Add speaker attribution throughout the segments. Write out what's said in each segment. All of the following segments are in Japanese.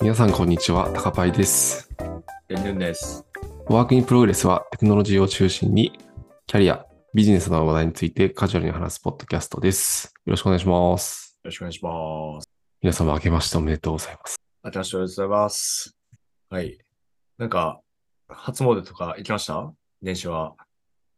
Speaker 1: 皆さんこんにちは、高パイです。
Speaker 2: 天然です。
Speaker 1: ワークインプログレスはテクノロジーを中心に、キャリア、ビジネスの話題についてカジュアルに話すポッドキャストです。よろしくお願いします。
Speaker 2: よろしくお願いします。
Speaker 1: 皆様明けましておめでとうございます。
Speaker 2: あけましておめでとうございます。はい。なんか、初詣とか行きました年始は。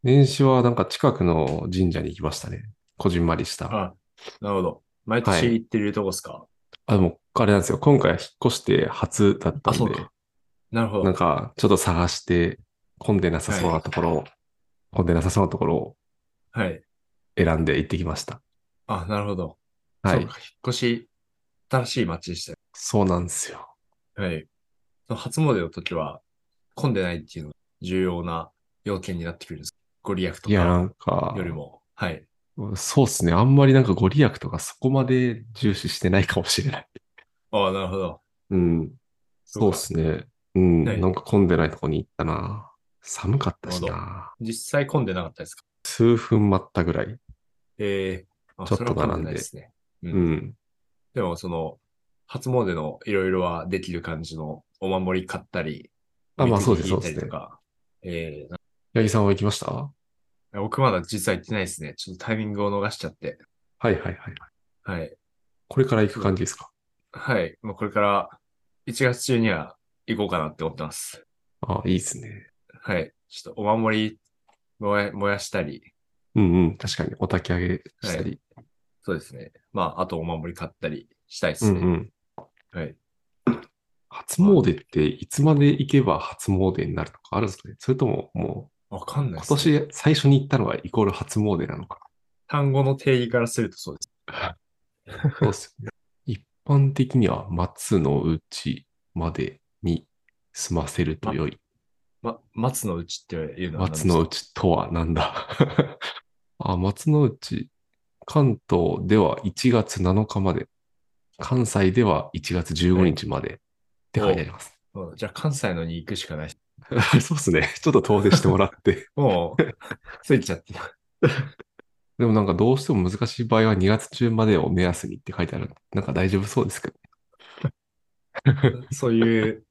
Speaker 1: 年始はなんか近くの神社に行きましたね。こじんまりした。
Speaker 2: あ、なるほど。毎年行ってるとこですか、
Speaker 1: あ、でも、あれなんですよ。今回引っ越して初だった
Speaker 2: あ、
Speaker 1: ん
Speaker 2: そう
Speaker 1: で、
Speaker 2: か。なるほ
Speaker 1: なん
Speaker 2: ど。
Speaker 1: かちょっと探して、混んでなさそうなところを、混んでなさそうなところを
Speaker 2: はい。
Speaker 1: 選んで行ってきました。
Speaker 2: あ、なるほど。
Speaker 1: は
Speaker 2: そう
Speaker 1: い
Speaker 2: か。。引っ越し、新しい街でしたよ
Speaker 1: そうなんですよ。
Speaker 2: はい。その初詣の時は、混んでないっていうのが重要な要件になってくるんです。ご利益と
Speaker 1: いや、な
Speaker 2: か
Speaker 1: んか、
Speaker 2: よりも。はい。
Speaker 1: そうっすね。あんまりなんかご利益とかそこまで重視してないかもしれない。
Speaker 2: あなるほど。
Speaker 1: うん。そうっ
Speaker 2: か
Speaker 1: すね。うん。
Speaker 2: はい
Speaker 1: なんか混んでないとこに行ったな。寒かったし
Speaker 2: なる
Speaker 1: な。
Speaker 2: 実際混んでなかったですか
Speaker 1: 数分待ったぐらい。
Speaker 2: ええあ
Speaker 1: ちょっと
Speaker 2: それは混んでないですね。う。
Speaker 1: うんん。
Speaker 2: でも、その、初詣のいろいろはできる感じのお守り買ったり、
Speaker 1: あ、まあ
Speaker 2: おみくじ
Speaker 1: そうです、そ
Speaker 2: 引い
Speaker 1: で
Speaker 2: うたり
Speaker 1: す
Speaker 2: と
Speaker 1: ね。
Speaker 2: か。ええ
Speaker 1: 八木さんは行きましたは
Speaker 2: な僕まだ実は行ってないですね。ちょっとタイミングを逃しちゃって。
Speaker 1: いはいはいはい。
Speaker 2: はい。
Speaker 1: これから行く感じですか
Speaker 2: はい。もうこれから1月中には行こうかなって思ってます。
Speaker 1: あ、いいですね。
Speaker 2: はい。ちょっとお守り燃や燃やしたり、
Speaker 1: うんうん。確かに、お焚き上げしたり。
Speaker 2: そうですね。まあ、あとお守り買ったりしたいで
Speaker 1: う
Speaker 2: す
Speaker 1: ん
Speaker 2: ね。
Speaker 1: うん。
Speaker 2: はい。
Speaker 1: 初詣っていつまで行けば初詣になるとかあるんですかねそれともも
Speaker 2: わかん
Speaker 1: う
Speaker 2: ない
Speaker 1: 今
Speaker 2: です、ね。
Speaker 1: 年最初に行ったのはイコール初詣なのか
Speaker 2: 単語の定義からするとそうです。
Speaker 1: そうっすよね。一般的には松のうちまでに済ませると良い。
Speaker 2: ま、松の内っていうのは何です
Speaker 1: 松
Speaker 2: か
Speaker 1: のうちとはなんだ あ、松のうち、関東では1月7日まで、関西では1月15日までって書いてあります。
Speaker 2: うんじゃあ関西のに行くしかない。
Speaker 1: そうっすね。ちょっと遠出してもら って。
Speaker 2: も う、ついちゃってた。
Speaker 1: でもなんかどうしても難しい場合は2月中までを目安にって書いてある。なんか大丈夫そうですけど。
Speaker 2: そういう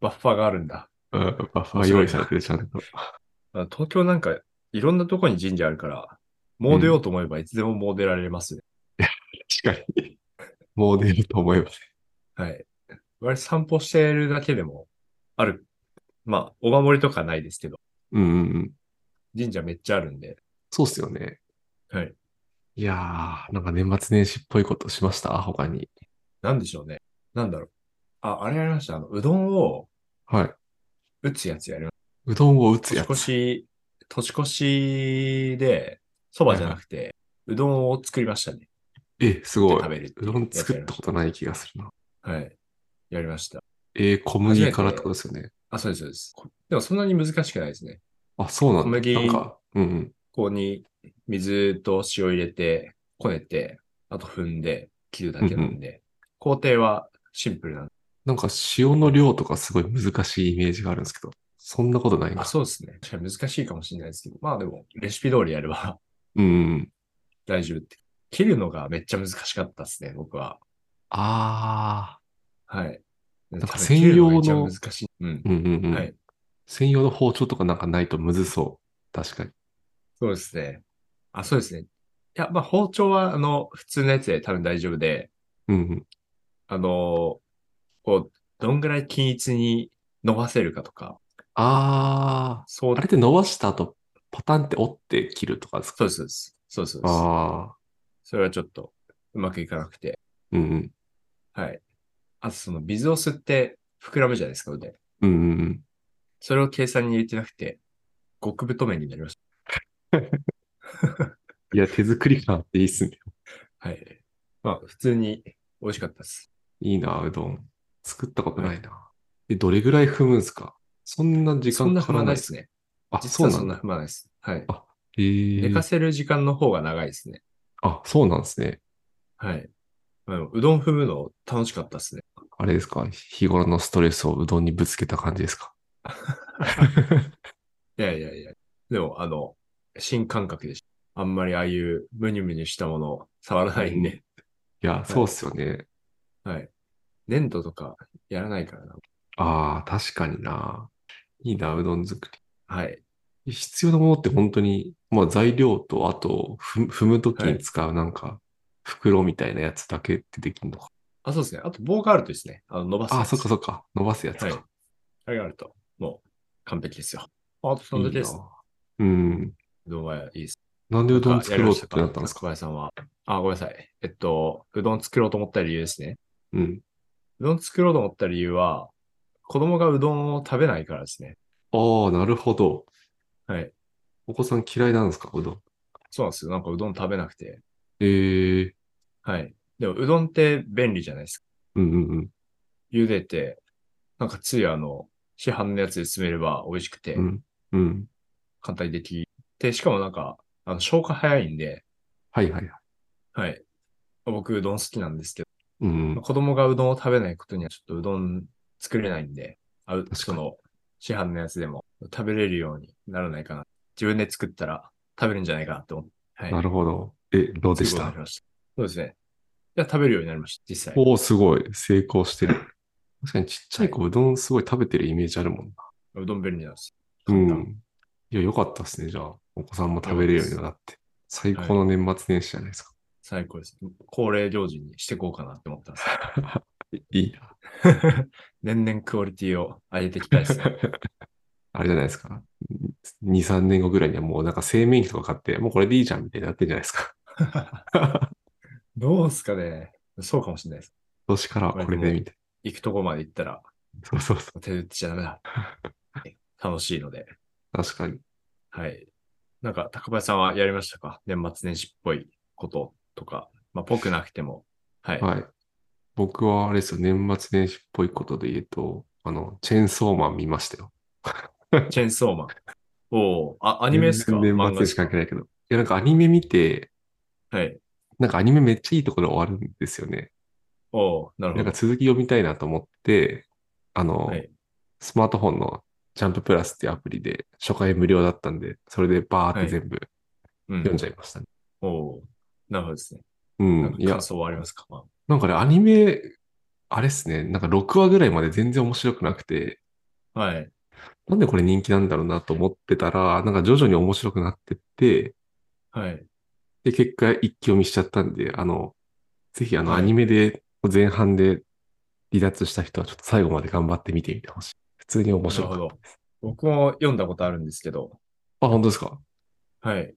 Speaker 2: バッファーがあるんだ。
Speaker 1: うん、バッファー用意されてるちゃんと。
Speaker 2: あ東京なんかいろんなとこに神社あるから、もう出ようと思えばいつでももう出られますね。
Speaker 1: 確かに。 もう出ると思えば。
Speaker 2: はい。我々散歩してるだけでも、ある。まあ、お守りとかないですけど、
Speaker 1: うんうんうん。
Speaker 2: 神社めっちゃあるんで。
Speaker 1: そうっすよね。
Speaker 2: はい。
Speaker 1: いやー、なんか年末年始っぽいことしました他に。
Speaker 2: なんでしょうね。なんだろう。あ、あれやりました。あの、うどんを
Speaker 1: はい。
Speaker 2: 打つやつやりまし
Speaker 1: うどんを打つ
Speaker 2: た。
Speaker 1: や
Speaker 2: 年越
Speaker 1: つ。
Speaker 2: し、年越しで、そばじゃなくて、うどんを作りましたね。
Speaker 1: え、すご
Speaker 2: 食
Speaker 1: い。
Speaker 2: べるっていうう
Speaker 1: どん作ったことない気がするな。
Speaker 2: はい。やりました。
Speaker 1: えー、小麦からってことですよね。
Speaker 2: あ、そうです、そうです。こでもそんなに難しくないですね。
Speaker 1: あ、そうなんだ。
Speaker 2: 小麦
Speaker 1: なんか、うんうん。
Speaker 2: ここに水と塩入れて、こねて、あと踏んで、切るだけなんで、工程はシンプルなんで。
Speaker 1: なんか塩の量とかすごい難しいイメージがあるんですけど、そんなことないん
Speaker 2: あ、
Speaker 1: か。
Speaker 2: そうですね。確かに難しいかもしれないですけど、まあでも、レシピ通りやれば
Speaker 1: うんうん。
Speaker 2: 大丈夫って。切るのがめっちゃ難しかったですね、僕は。
Speaker 1: あ
Speaker 2: はい。なん
Speaker 1: か専用の
Speaker 2: 難しい。うん
Speaker 1: ー。。うんうんうん。
Speaker 2: はい
Speaker 1: 専用の包丁とかなんかないとむずそう。確かに。
Speaker 2: そうですね。あ、そうですね。いや、まあ包丁は、あの、普通のやつで多分大丈夫で、
Speaker 1: うんうん。
Speaker 2: あのーこう、どんぐらい均一に伸ばせるかとか、
Speaker 1: あ
Speaker 2: そう
Speaker 1: ー。あれって伸ばした後、パタンって折って切るとかですか
Speaker 2: そうですそうです。そうですそうです。
Speaker 1: ああ。
Speaker 2: それはちょっとうまくいかなくて。
Speaker 1: うんうん。
Speaker 2: はい。あとその水を吸って膨らむじゃないですか、腕。
Speaker 1: うんうんうん。
Speaker 2: それを計算に入れてなくて、極太麺になりまし
Speaker 1: いや、手作り感あっていいっすね。
Speaker 2: た。はい。まあ、普通に美味しかったです。
Speaker 1: いいな、うどん。作ったことないな。え、どれぐらい踏むんすかそんな時
Speaker 2: そん
Speaker 1: 間
Speaker 2: な
Speaker 1: か
Speaker 2: 踏
Speaker 1: から
Speaker 2: まな
Speaker 1: ないい。
Speaker 2: ですね。
Speaker 1: あ、
Speaker 2: 実
Speaker 1: そう
Speaker 2: は
Speaker 1: な
Speaker 2: そ
Speaker 1: ん
Speaker 2: んな
Speaker 1: だ。
Speaker 2: 踏まないです。はい。
Speaker 1: へ
Speaker 2: 寝
Speaker 1: え
Speaker 2: か。せる時間の方が長いですね。
Speaker 1: あ、そうなんですね。
Speaker 2: はい。まあでもうどん踏むの楽しかったですね。
Speaker 1: あれですか日頃のストレスをうどんにぶつけた感じです か
Speaker 2: いやいやいや。でも、あの、新感覚でした。あんまりああいうムニュムニュしたものを触らないんで。
Speaker 1: いや、そうっすよね。
Speaker 2: はい。粘土とかやらないからな。
Speaker 1: ああ、確かにな。いいな、うどん作
Speaker 2: はい。
Speaker 1: り。必要なものって本当に、まあ材料と、あと、ふ踏むときに使うなんか、袋みたいなやつだけってできるのか。
Speaker 2: あ、そうですね。あと棒があるとですね、あの伸ばすやつ。
Speaker 1: ああ、そっかそっか。伸ばすやつか。
Speaker 2: はい。あれがあると、もう完璧ですよ。あとその時です
Speaker 1: いい。なうん。
Speaker 2: うどんはいいです。
Speaker 1: なんでうどん作ろうって
Speaker 2: や
Speaker 1: な
Speaker 2: りま
Speaker 1: ったんです
Speaker 2: 小
Speaker 1: か
Speaker 2: 林さんは。あ、ごめんなさい。えっと、うどん作ろうと思った理由ですね。
Speaker 1: うん。
Speaker 2: うどん作ろうと思った理由は、子供がうどんを食べないからですね。
Speaker 1: ああ、なるほど。
Speaker 2: はい。
Speaker 1: お子さん嫌いなんですかうどん。
Speaker 2: そうなんですよ。なんかうどん食べなくて。
Speaker 1: ええ
Speaker 2: はい。でもうどんって便利じゃないですか。
Speaker 1: うんうんうん。
Speaker 2: 茹でて、なんかついあの、市販のやつで詰めれば美味しくて
Speaker 1: う、ん。うん。
Speaker 2: 簡単にできて、しかもなんか、あの、消化早いんで、
Speaker 1: はいはいはい。
Speaker 2: はい。僕、うどん好きなんですけ
Speaker 1: うん
Speaker 2: ど、。子供がうどんを食べないことにはちょっとうどん作れないんで、あう
Speaker 1: かに
Speaker 2: その、市販のやつでも食べれるようにならないかな。自分で作ったら食べるんじゃないかなって思って、はい。
Speaker 1: なるほど。え、どうでし
Speaker 2: そういうことにな
Speaker 1: た
Speaker 2: りましたそうですね。いや、食べるようになりました、実際。
Speaker 1: おお、すごい。成功してる。確かにちっちゃい子、うどんすごい食べてるイメージあるもんな。
Speaker 2: うどん便利なんです。
Speaker 1: う
Speaker 2: 簡単
Speaker 1: ん。いや、よかったですね。じゃあ、お子さんも食べれるようになって。最高の年末年始じゃないですか。
Speaker 2: 最高です。恒例行事にしていこうかなって思ったんです。
Speaker 1: い、いいな。
Speaker 2: 年々クオリティを上げていきたいですね。
Speaker 1: あれじゃないですか。2、3年後ぐらいにはもうなんか製麺機とか買って、もうこれでいいじゃんみたいになってるじゃないですか。
Speaker 2: どうですかねそうかもしれないです。
Speaker 1: 今年からはこれでみたい
Speaker 2: 行くとこまで行ったら、
Speaker 1: な。そうそうそ
Speaker 2: 手打ちじゃダ メだ。楽しいので。
Speaker 1: う。確かに。
Speaker 2: はい。なんか、高林さんはやりましたか年末年始っぽいこととか。まあ、ぽくなくても。はい。
Speaker 1: はい。僕はあれですよ、年末年始っぽいことで言うと、あの、チェーンソーマン見ましたよ。
Speaker 2: チェーンソーマン。おーあ、アニメですか
Speaker 1: 全然
Speaker 2: 漫
Speaker 1: 年末
Speaker 2: 画で
Speaker 1: 年始
Speaker 2: すか
Speaker 1: 関係ないけど。いや、なんかアニメ見て、
Speaker 2: はい。
Speaker 1: なんかアニメめっちゃいいところで終わるんですよね。
Speaker 2: おーなる
Speaker 1: な
Speaker 2: ほ
Speaker 1: んか
Speaker 2: ど。
Speaker 1: 続き読みたいなと思って、あの、
Speaker 2: はい。
Speaker 1: スマートフォンのジャンププラスっていうアプリで初回無料だったんで、それでバーって全部
Speaker 2: う
Speaker 1: 読ん
Speaker 2: ん。
Speaker 1: じゃいましたね。
Speaker 2: おーなるほどですね。なん
Speaker 1: うん。
Speaker 2: か
Speaker 1: いや
Speaker 2: 感、想はありますか、まあ
Speaker 1: なんかね、アニメ、あれっすね、なんか6話ぐらいまで全然面白くなくて、
Speaker 2: はい。
Speaker 1: なんでこれ人気なんだろうなと思ってたら、なんか徐々に面白くなってって、
Speaker 2: はい。
Speaker 1: で、結果一気読みしちゃったんで、あの、ぜひあの、
Speaker 2: は
Speaker 1: ア
Speaker 2: い
Speaker 1: ニメで、前半で離脱した人はちょっと最後まで頑張って見てみてほしい。普通に面白
Speaker 2: な
Speaker 1: か
Speaker 2: るほ
Speaker 1: っ
Speaker 2: ど。僕も読んだことあるんですけど、
Speaker 1: た。あ、本当ですか
Speaker 2: はい。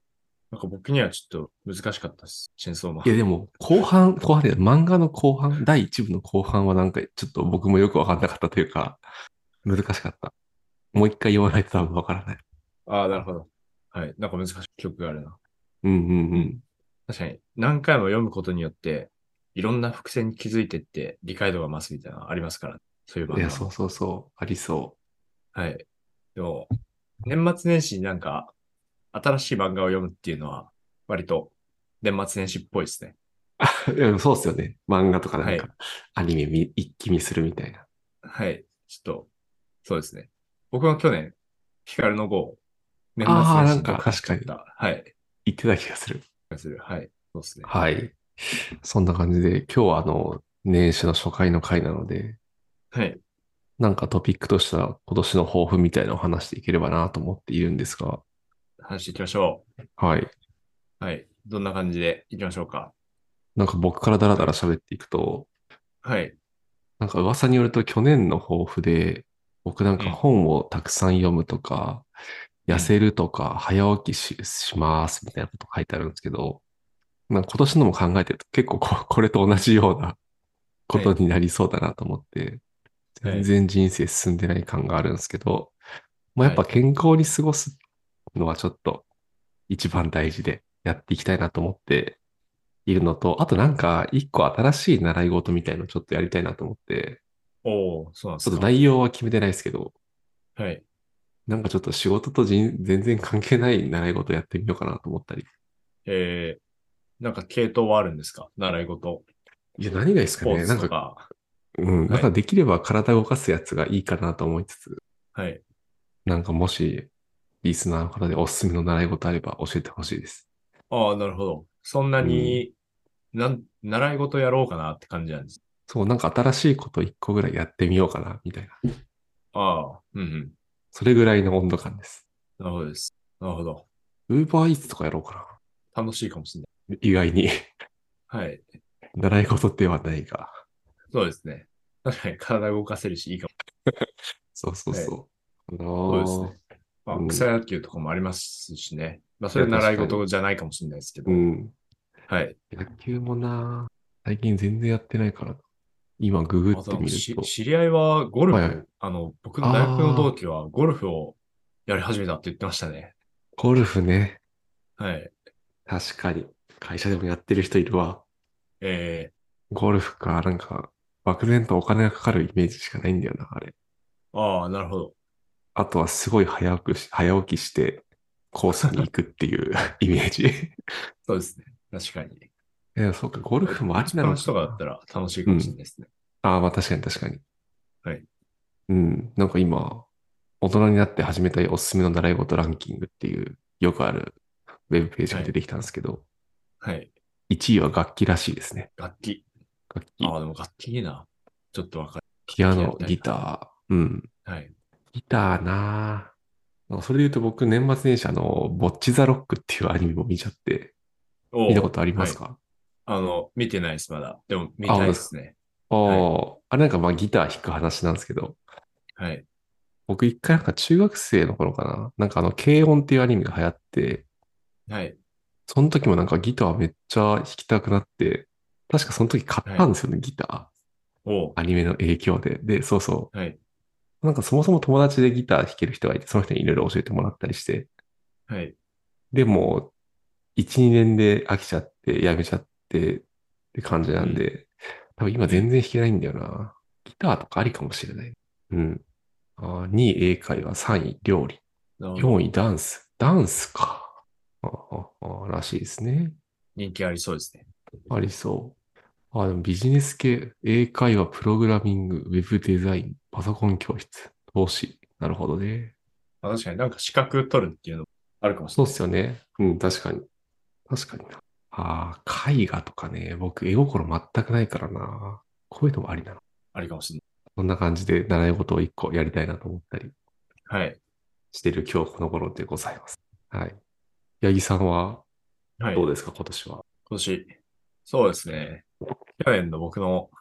Speaker 2: なんか僕にはちょっと難しかったです。チェーンソーマン。
Speaker 1: いや、でも、後半、後半で、漫画の後半、第一部の後半はなんか、ちょっと僕もよくわかんなかったというか、難しかった。もう一回言わないと多分わからない。
Speaker 2: ああ、なるほど。はい。なんか難しい曲があるな。
Speaker 1: うんうんうん。
Speaker 2: 確かに、何回も読むことによって、いろんな伏線に気づいてって、理解度が増すみたいなのありますから、そういう場
Speaker 1: い
Speaker 2: 合
Speaker 1: や、そうそうそう。ありそ
Speaker 2: はい。でも、年末年始になんか、新しい漫画を読むっていうのは、割と、年末年始っぽいですね。
Speaker 1: う。いや、そうっすよね。漫画とかなん
Speaker 2: は
Speaker 1: か、アニメ見一気見するみたいな。
Speaker 2: はい。ちょっと、そうですね。僕は去年、ヒカルの碁を、年末
Speaker 1: あー
Speaker 2: 年
Speaker 1: な
Speaker 2: 始
Speaker 1: んか
Speaker 2: 読破しちゃった。はい。
Speaker 1: 言ってた気がする。
Speaker 2: 気がする。はい。そうですね。
Speaker 1: はい。そんな感じで、今日はあの、年始の初回の回なので、
Speaker 2: はい。
Speaker 1: なんかトピックとしたら今年の抱負みたいなのを話していければなと思っているんですが、
Speaker 2: 話していきましょ
Speaker 1: はい。
Speaker 2: う。はい。どんな感じでいきましょうか。
Speaker 1: なんか僕からダラダラ喋っていくと、
Speaker 2: はい。
Speaker 1: なんか噂によると去年の抱負で、僕なんか本をたくさん読むとか、
Speaker 2: うん
Speaker 1: 痩せるとか、早起きししますみたいなこと書いてあるんですけど、なんか今年のも考えてると結構こ これと同じようなことになりそうだなと思って、
Speaker 2: はい
Speaker 1: 全然人生進んでない感があるんですけど、まあ、やっぱ健康に過ごすのはちょっと一番大事でやっていきたいなと思っているのと、あとなんか一個新しい習い事みたいのちょっとやりたいなと思って、
Speaker 2: おー、そうなんで
Speaker 1: ち
Speaker 2: す
Speaker 1: ょっと
Speaker 2: か。
Speaker 1: 内容は決めてないですけど、
Speaker 2: はい。
Speaker 1: なんかちょっと仕事と人全然関係ない習い事やってみようかなと思ったり。
Speaker 2: えー、なんか系統はあるんですか習い事。
Speaker 1: いや、何がいいです
Speaker 2: ス
Speaker 1: か
Speaker 2: ポー
Speaker 1: ね。
Speaker 2: ツ
Speaker 1: なん
Speaker 2: と
Speaker 1: か、
Speaker 2: か。
Speaker 1: うん、なん
Speaker 2: は
Speaker 1: かできれば体を動かすやつがいいかなと思いつつ、
Speaker 2: はい。
Speaker 1: なんかもし、リスナーの方でおすすめの習い事あれば教えてほしいです。
Speaker 2: ああ、なるほど。そんなに、なん、習い事やろうかなって感じなんです。
Speaker 1: そう、なんか新しいこと一個ぐらいやってみようかな、みたいな。
Speaker 2: ああ、うんうん。
Speaker 1: それぐらいの温度感です。
Speaker 2: なるほどです。なるほど。
Speaker 1: ウーバーイーツとかやろうか
Speaker 2: 楽しいかもしれ
Speaker 1: な。意外に。
Speaker 2: ない。はい。
Speaker 1: 習い事ではないが。
Speaker 2: そうですね。確かに体動かせるし、いいかも。
Speaker 1: そうそうそう。あ
Speaker 2: そう
Speaker 1: の
Speaker 2: です
Speaker 1: ー
Speaker 2: ね。まあ
Speaker 1: うん、
Speaker 2: 草野球とかもありますしね。まあ、それ習い事じゃないかもしれないですけど。
Speaker 1: うん。
Speaker 2: はい。
Speaker 1: 野球もな、最近全然やってないからな。今ググ
Speaker 2: あ
Speaker 1: って
Speaker 2: と
Speaker 1: みる
Speaker 2: し
Speaker 1: と。
Speaker 2: 知り合いはゴルフ、
Speaker 1: はいはい
Speaker 2: あの、僕の大学の同期はゴルフをやり始めたって言ってましたね。
Speaker 1: ゴルフね。
Speaker 2: はい。
Speaker 1: 確かに。会社でもやってる人いるわ。
Speaker 2: え
Speaker 1: ゴルフか、なんか、漠然とお金がかかるイメージしかないんだよな、あれ。
Speaker 2: ー、ああ、なるほど。
Speaker 1: あとはすごい早くし、早起きして、コースに行くっていう イメージ。
Speaker 2: そうですね。確かに。
Speaker 1: いや、そうか、ゴルフもありなの
Speaker 2: の人がだったら楽しいかもしれないですね。
Speaker 1: ああ、まあ確かに確かに。
Speaker 2: はい。
Speaker 1: うん。なんか今、大人になって始めたいおすすめの習い事ランキングっていう、よくあるウェブページが出てきたんですけど、
Speaker 2: はい。
Speaker 1: 1位は楽器らしいですね。
Speaker 2: 楽器。
Speaker 1: 楽器、
Speaker 2: ああ、でも楽器いいな。ちょっとわかる。
Speaker 1: ピアノ、
Speaker 2: 楽器やり
Speaker 1: ギ
Speaker 2: たいな
Speaker 1: ター。うん。
Speaker 2: はい。
Speaker 1: ギターなぁ。なんかそれで言うと僕、年末年始あの、ボッチザロックっていうアニメも見ちゃって、
Speaker 2: おう
Speaker 1: 見たことありますか、
Speaker 2: あの、見てないです、まだ。でも、見
Speaker 1: あ
Speaker 2: たいですね。
Speaker 1: あ
Speaker 2: い
Speaker 1: ーあれなんかまあギター弾く話なんですけど、
Speaker 2: はい。
Speaker 1: 僕一回なんか中学生の頃かな、なんかあの、軽音っていうアニメが流行って、
Speaker 2: はい。
Speaker 1: その時もなんかギターめっちゃ弾きたくなって、確かその時買ったんですよね、ギタ
Speaker 2: おう
Speaker 1: ー。アニメの影響で。で、そうそ
Speaker 2: はい。
Speaker 1: う。なんかそもそも友達でギター弾ける人がいて、その人にいろいろ教えてもらったりして、
Speaker 2: はい。
Speaker 1: でも、1、2年で飽きちゃって、やめちゃってって感じなんで、多分今全然弾けないんだよな。ギターとかありかもしれない。うん。あ2位英会話、3位料理、
Speaker 2: なるほど
Speaker 1: 4位ダンス。ダンスか。あああらしいですね。
Speaker 2: 人気ありそうですね。
Speaker 1: ありそう。あ、でもビジネス系、英会話、プログラミング、ウェブデザイン、パソコン教室、投資。なるほどね。
Speaker 2: あ確かになんか資格取るっていうのもあるかもし
Speaker 1: そう
Speaker 2: れ
Speaker 1: っ
Speaker 2: ない。
Speaker 1: すよね。うん、確かに。確かにな。ああ、絵画とかね、僕、絵心全くないからな。こういうのもありなの。
Speaker 2: ありかもしれ
Speaker 1: こんな感じで習い事を一個やりたいなと思ったり
Speaker 2: ない。はい。
Speaker 1: してる今日この頃でございます。はい。八木さんは
Speaker 2: はい。
Speaker 1: どうですか、今年は。
Speaker 2: 今年、そうですね。去年の僕の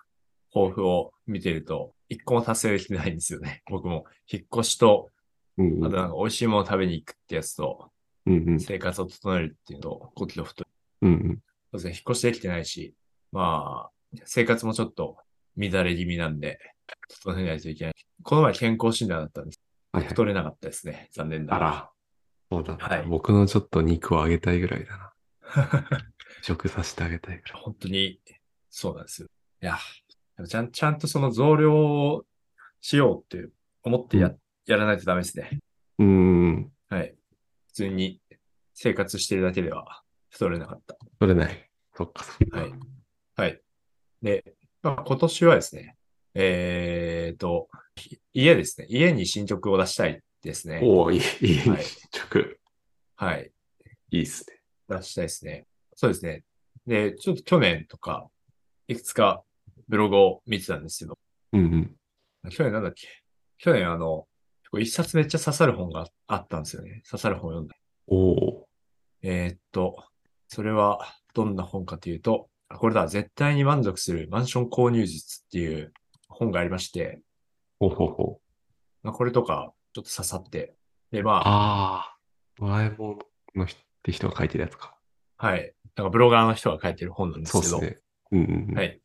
Speaker 2: 抱負を見てると、一個も達成できてないんですよね。 僕も、引っ越しと、
Speaker 1: うん
Speaker 2: あ
Speaker 1: う
Speaker 2: と
Speaker 1: ん。
Speaker 2: なんか美味しいものを食べに行くってやつと、
Speaker 1: うんうん。
Speaker 2: 生活を整えるっていうのと、5キロ太る。
Speaker 1: うんうん。
Speaker 2: そうですね、引っ越しできてないし、まあ、生活もちょっと乱れ気味なんで、整えないといけない。この前健康診断だったんです。
Speaker 1: はいはい。
Speaker 2: 太れなかったですね。残念な
Speaker 1: あ
Speaker 2: が
Speaker 1: ら。そうだな、
Speaker 2: はい
Speaker 1: 僕のちょっと肉をあげたいぐらいだな。
Speaker 2: ら。
Speaker 1: 食させてあげたいぐらい。
Speaker 2: 本当に、そうなんですよ。いや、でもちゃん、ちゃんとその増量をしようって思ってや、
Speaker 1: うん
Speaker 2: やらないとダメですね。
Speaker 1: うーん。
Speaker 2: はい。普通に生活してるだけでは太れなかった。
Speaker 1: 取れない。そっかそっか。
Speaker 2: はい。はい。で、まあ、今年はですね、えーと、い家ですね。家に進捗を出したいですね。
Speaker 1: おお、いい、いい、
Speaker 2: はい
Speaker 1: 食。
Speaker 2: はい。
Speaker 1: いいっすね。
Speaker 2: 出したいですね。そうですね。で、ちょっと去年とか、いくつかブログを見てたんですけど、
Speaker 1: うんうん。
Speaker 2: 去年なんだっけ去年あの、結構一冊めっちゃ刺さる本があったんですよね。刺さる本を読んだ。
Speaker 1: おお。
Speaker 2: えーっと、それはどんな本かというと、あこれだ、絶対に満足するマンション購入術っていう本がありまして、
Speaker 1: ほうほうほう。
Speaker 2: まあ、これとかちょっと刺さって、で、ま
Speaker 1: ああ、ドラえもんの人って人が書いてるやつか。
Speaker 2: あ、はい、なんかブロガーの人が書いてる本なんです
Speaker 1: そう
Speaker 2: け
Speaker 1: っす
Speaker 2: ど、
Speaker 1: ね。うんうんうん。
Speaker 2: はい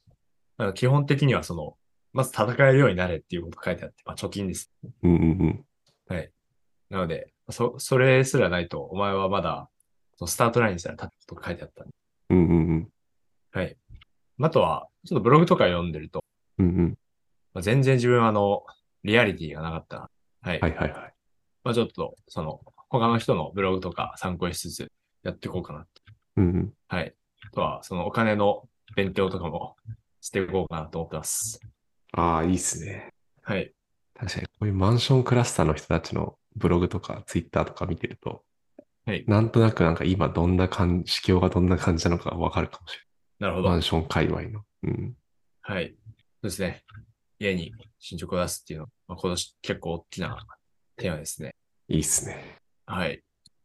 Speaker 2: なんか基本的にはその、まず戦えるようになれっていうこと書いてあって、まあ貯金です。
Speaker 1: うんうんうん。
Speaker 2: なので、そ、それすらないと、お前はまだ、そのスタートラインにすら立つこと書いてあったんで
Speaker 1: うんうんうん。
Speaker 2: はい。あとは、ちょっとブログとか読んでると、
Speaker 1: うんうん。
Speaker 2: まあ、全然自分はあの、リアリティがなかった。はい。
Speaker 1: はいはいはい。
Speaker 2: まあちょっと、その、他の人のブログとか参考にしつつやっていこうかなと。
Speaker 1: うんうん。
Speaker 2: はい。あとは、そのお金の勉強とかもしていこうかなと思ってます。
Speaker 1: ああ、いいっすね。
Speaker 2: はい。
Speaker 1: 確かに、こういうマンションクラスターの人たちのブログとかツイッターとか見てると、
Speaker 2: はい
Speaker 1: なんとなくなんか今どんな感じ、市況がどんな感じなのかわかるかもしれない。
Speaker 2: なるほ
Speaker 1: マ
Speaker 2: ど
Speaker 1: ン。ション界隈の。うん。
Speaker 2: はい。そうですね。家に進捗を出すっていうのは、まあ、今年結構大きなテーマですね。
Speaker 1: いいっすね。
Speaker 2: はい。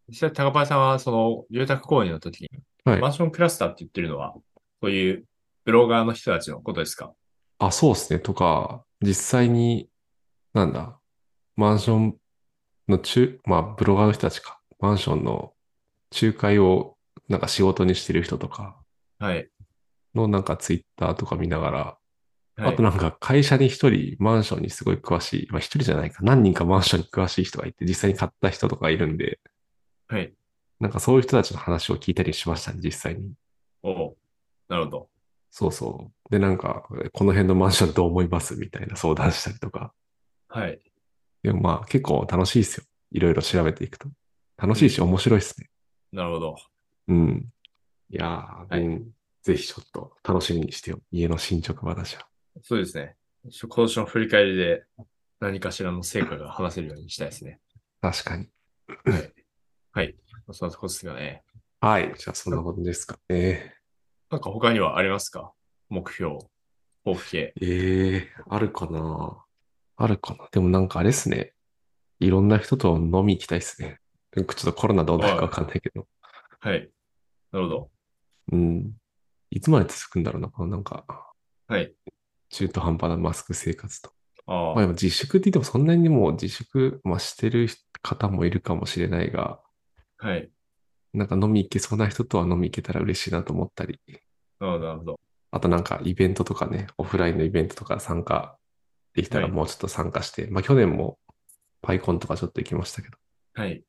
Speaker 2: 実際、高林さんは、その、住宅購入の時に、
Speaker 1: はい
Speaker 2: マンションクラスターって言ってるのは、そういうブロガーの人たちのことですか
Speaker 1: あ、そうっすね。とか、実際に、なんだ、マンションの中、まあ、ブロガーの人たちか、マンションの仲介をなんか仕事にしてる人とか
Speaker 2: はい。
Speaker 1: のなんかツイッターとか見ながら、
Speaker 2: はい
Speaker 1: あとなんか会社に一人マンションにすごい詳しい、まあ一人じゃないか、何人かマンションに詳しい人がいて、実際に買った人とかいるんで、
Speaker 2: はい。
Speaker 1: なんかそういう人たちの話を聞いたりしましたね、実際に。
Speaker 2: おうなるほど。
Speaker 1: そうそう。で、なんか、この辺のマンションどう思いますみたいな相談したりとか。
Speaker 2: はい。
Speaker 1: でもまあ結構楽しいですよ。いろいろ調べていくと。楽しいし面白いですね。
Speaker 2: なるほど。
Speaker 1: うん。いやー、
Speaker 2: はい
Speaker 1: うんぜひちょっと楽しみにしてよ。家の進捗話は。
Speaker 2: そうですね。今年の振り返りで何かしらの成果が話せるようにしたいですね。
Speaker 1: 確かに。
Speaker 2: はい。そんなとこですかね。
Speaker 1: はい。じゃあそんなことですかね。
Speaker 2: なんか他にはありますか目標、抱負系。
Speaker 1: ええあるかなあるかなでもなんかあれっすね。いろんな人と飲み行きたいっすね。ちょっとコロナどうなるかわかんないけど。
Speaker 2: はい。なるほど。
Speaker 1: うん。いつまで続くんだろうな、このなんか、
Speaker 2: はい。
Speaker 1: 中途半端なマスク生活と。
Speaker 2: あ
Speaker 1: まあでも自粛って言ってもそんなにもう自粛、まあ、してる方もいるかもしれないが、
Speaker 2: あ。はい。
Speaker 1: なんか飲み行けそうな人とは飲み行けたら嬉しいなと思ったり、
Speaker 2: なるほど、なるほど。
Speaker 1: あとなんかイベントとかね、オフラインのイベントとか参加できたら
Speaker 2: はい
Speaker 1: もうちょっと参加して、まあ去年もパイコンとかちょっと行きましたけど、
Speaker 2: はい。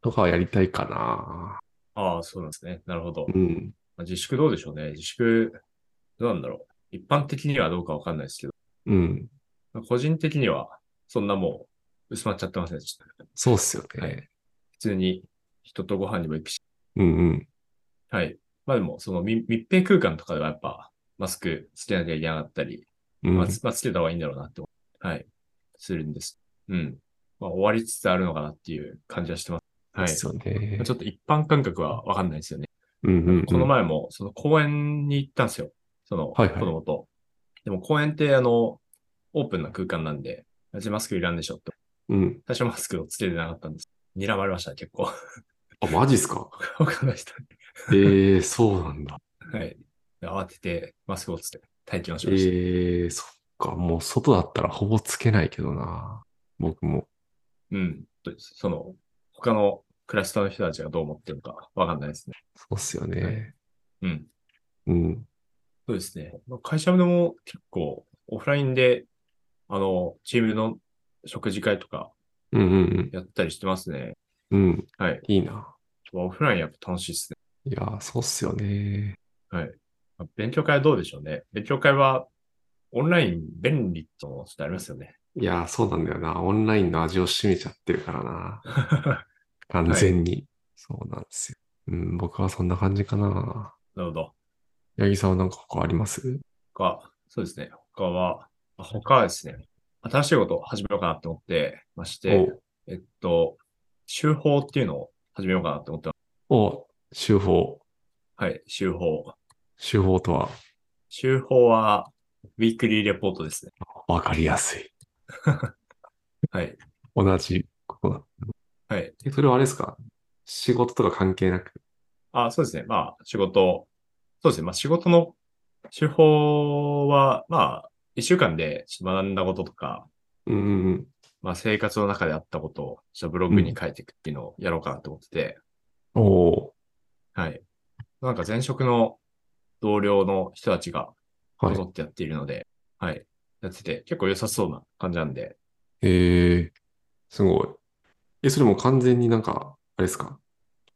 Speaker 1: とかはやりたいかな。
Speaker 2: ああ、そうなんですね。なるほど。
Speaker 1: うん。
Speaker 2: まあ自粛どうでしょうね。自粛、どうなんだろう。一般的にはどうかわかんないですけど、
Speaker 1: うん。
Speaker 2: まあ個人的にはそんなもう薄まっちゃってますね。ちょっと
Speaker 1: そうっすよね。
Speaker 2: はい普通に人とご飯にも行くし。
Speaker 1: うんうん。
Speaker 2: はい。まあでも、その密密閉空間とかではやっぱマスクつけなきゃいけなかったり、
Speaker 1: うん、
Speaker 2: まあ、つまあつけた方がいいんだろうなって思う、はい、するんです。うん。まあ、終わりつつあるのかなっていう感じはしてます。はい。
Speaker 1: ですよね
Speaker 2: まあ。ちょっと一般感覚はわかんないですよね。
Speaker 1: うんうんうん
Speaker 2: この前も、その公園に行ったんですよ。その、
Speaker 1: はい
Speaker 2: 子
Speaker 1: はい
Speaker 2: 供と。でも公園って、あの、オープンな空間なんで、マジマスクいらんでしょって。
Speaker 1: うん。
Speaker 2: 最初マスクをつけてなかったんです。睨まれました、結構。
Speaker 1: あ、マジっすか
Speaker 2: 他の人に。
Speaker 1: ええそうなんだ。
Speaker 2: はい。で慌てて、マスクをつけて、待機をしました。
Speaker 1: ええそっか。もう外だったらほぼつけないけどな。僕も。
Speaker 2: うん。とその、他のクラスターの人たちがどう思ってるかわかんないですね。
Speaker 1: そうっすよね。
Speaker 2: うん。
Speaker 1: うん。
Speaker 2: そうですね。まあ会社でも結構オフラインで、あの、チームの食事会とか
Speaker 1: うんうん
Speaker 2: やったりしてますね。
Speaker 1: うん。うん。
Speaker 2: はい。
Speaker 1: いいな。
Speaker 2: オフラインやっぱ楽しいですね。
Speaker 1: いやー、そうっすよね。
Speaker 2: まあ勉強会はどうでしょうね。勉強会はオンライン便利とのちょっとありますよね。
Speaker 1: いやー、そうなんだよな。オンラインの味を占めちゃってるからな。完全に。そうなんですよ。うん、僕はそんな感じかな。
Speaker 2: なるほど。
Speaker 1: 八木さんはなんか他あります
Speaker 2: 他、そうですね。他は、あ他はですね、新しいことを始めようかなと思ってまして、えっと、集法っていうのを始めようかなと思ってます。
Speaker 1: お、お、手法。
Speaker 2: はい、集法。
Speaker 1: 手法とは
Speaker 2: 集法は、ウィークリーレポートですね。
Speaker 1: 分かりやすい。
Speaker 2: はい。
Speaker 1: 同じことだ。
Speaker 2: はい。
Speaker 1: えそれはあれですか仕事とか関係なく。
Speaker 2: あ、そうですね。まあ、仕事、そうですね。まあ、仕事の手法は、まあ、一週間でちょっと学んだこととか、
Speaker 1: うんうんうん。
Speaker 2: まあ、生活の中であったことを、ちょっとブログに書いていくっていうのをやろうかなと思ってて、
Speaker 1: おー。
Speaker 2: はい。なんか前職の同僚の人たちが、こ
Speaker 1: はい
Speaker 2: ぞ。ってやっているので、はい、やってて、結構良さそうな感じなんで、
Speaker 1: ええすごい。え、それも完全になんか、あれですか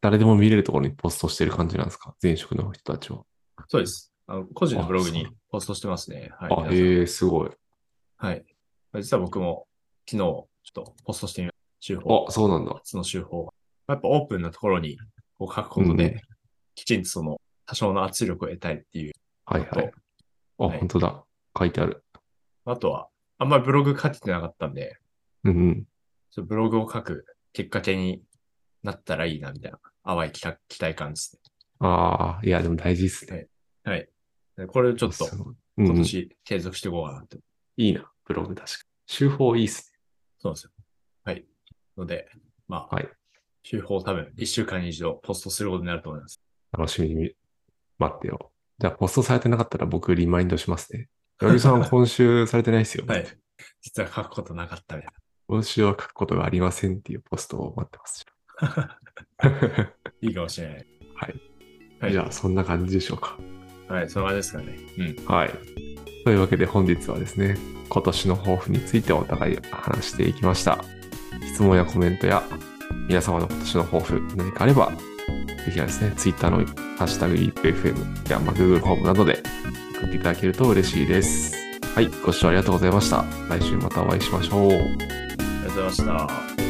Speaker 1: 誰でも見れるところにポストしてる感じなんですか前職の人たちは。
Speaker 2: そうです。あの個人のブログに
Speaker 1: あそ
Speaker 2: ポストしてますね。はい。
Speaker 1: あ、
Speaker 2: 皆さん
Speaker 1: ええすごい。
Speaker 2: はい。実は僕も昨日、ちょっとポストしてみました。手法。
Speaker 1: あ、そうなんだ。
Speaker 2: その手法。やっぱオープンなところにこう書くこと
Speaker 1: うん
Speaker 2: で、きちんとその多少の圧力を得たいっていう
Speaker 1: はい
Speaker 2: こと。
Speaker 1: はい。あ、
Speaker 2: はい
Speaker 1: 本当だ。書いてある。
Speaker 2: あとは、あんまりブログ書けてなかったんで、
Speaker 1: うんうん。
Speaker 2: ちょっとブログを書くきっかけになったらいいなみたいな淡い期待期待感です
Speaker 1: ああ、いや、でも大事ですね。
Speaker 2: ね。はい。でこれをちょっと
Speaker 1: すごいうん
Speaker 2: 今年継続していこうかなって。
Speaker 1: いいな、ブログ確か。手法いいっす
Speaker 2: そうなんですよ。はい。ので、まあ、
Speaker 1: はい
Speaker 2: 手法多分1週間に一度ポストすることになると思います。
Speaker 1: ね。楽しみに待ってよ。じゃあ、ポストされてなかったら僕リマインドしますね。八木さ ん今週されてないですよ、
Speaker 2: はい。実は書くことなかったみたい
Speaker 1: 今週は書くことがありませんっていうポストを待って ます。
Speaker 2: な。いいかもしれない。はい
Speaker 1: じゃあ、そんな感じでしょうか。
Speaker 2: はい、その感じですかね。うん。
Speaker 1: はい。というわけで本日はですね、今年の抱負についてお互い話していきました。質問やコメントや皆様の今年の抱負何かあれば、ぜひですね、Twitter のハッシュタグ IPFM やまあ Google フォームなどで送っていただけると嬉しいです。はい、ご視聴ありがとうございました。来週またお会いしましょう。
Speaker 2: ありがとうございました。